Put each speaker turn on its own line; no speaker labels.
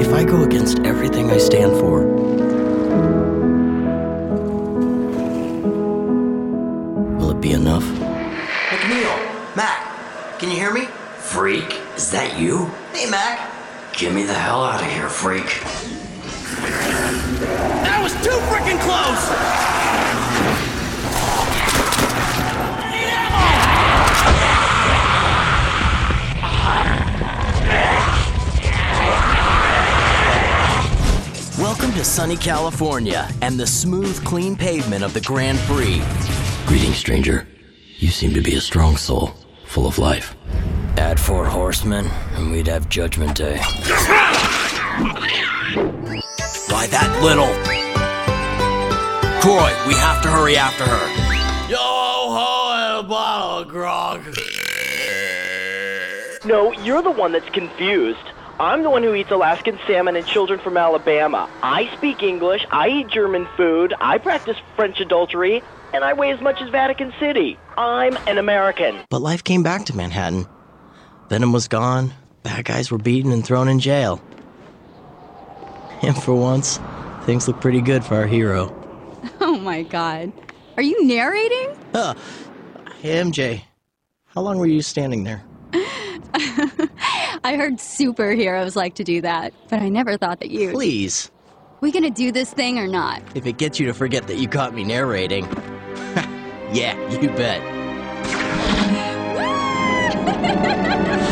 If I go against everything I stand for, will it be enough?
McNeil, Mac, can you hear me?
Freak, is that you?
Hey, Mac.
Get me the hell out of here, freak.
That was too freaking close!
Welcome to sunny California and the smooth, clean pavement of the Grand Prix. Greetings, stranger. You seem to be a strong soul, full of life. Add four horsemen, and we'd have Judgment Day. Why that little? Croy, we have to hurry after her.
Yo ho and a bottle of grog.
No, you're the one that's confused. I'm the one who eats Alaskan salmon and children from Alabama. I speak English, I eat German food, I practice French adultery, and I weigh as much as Vatican City. I'm an American.
But life came back to Manhattan. Venom was gone, bad guys were beaten and thrown in jail. And for once, things look pretty good for our hero.
Oh my god. Are you narrating?
Hey, MJ, how long were you standing there?
I heard superheroes like to do that, but I never thought that you.
Please,
We gonna do this thing or not?
if it gets you to forget that you caught me narrating. yeah, you bet.
Woo!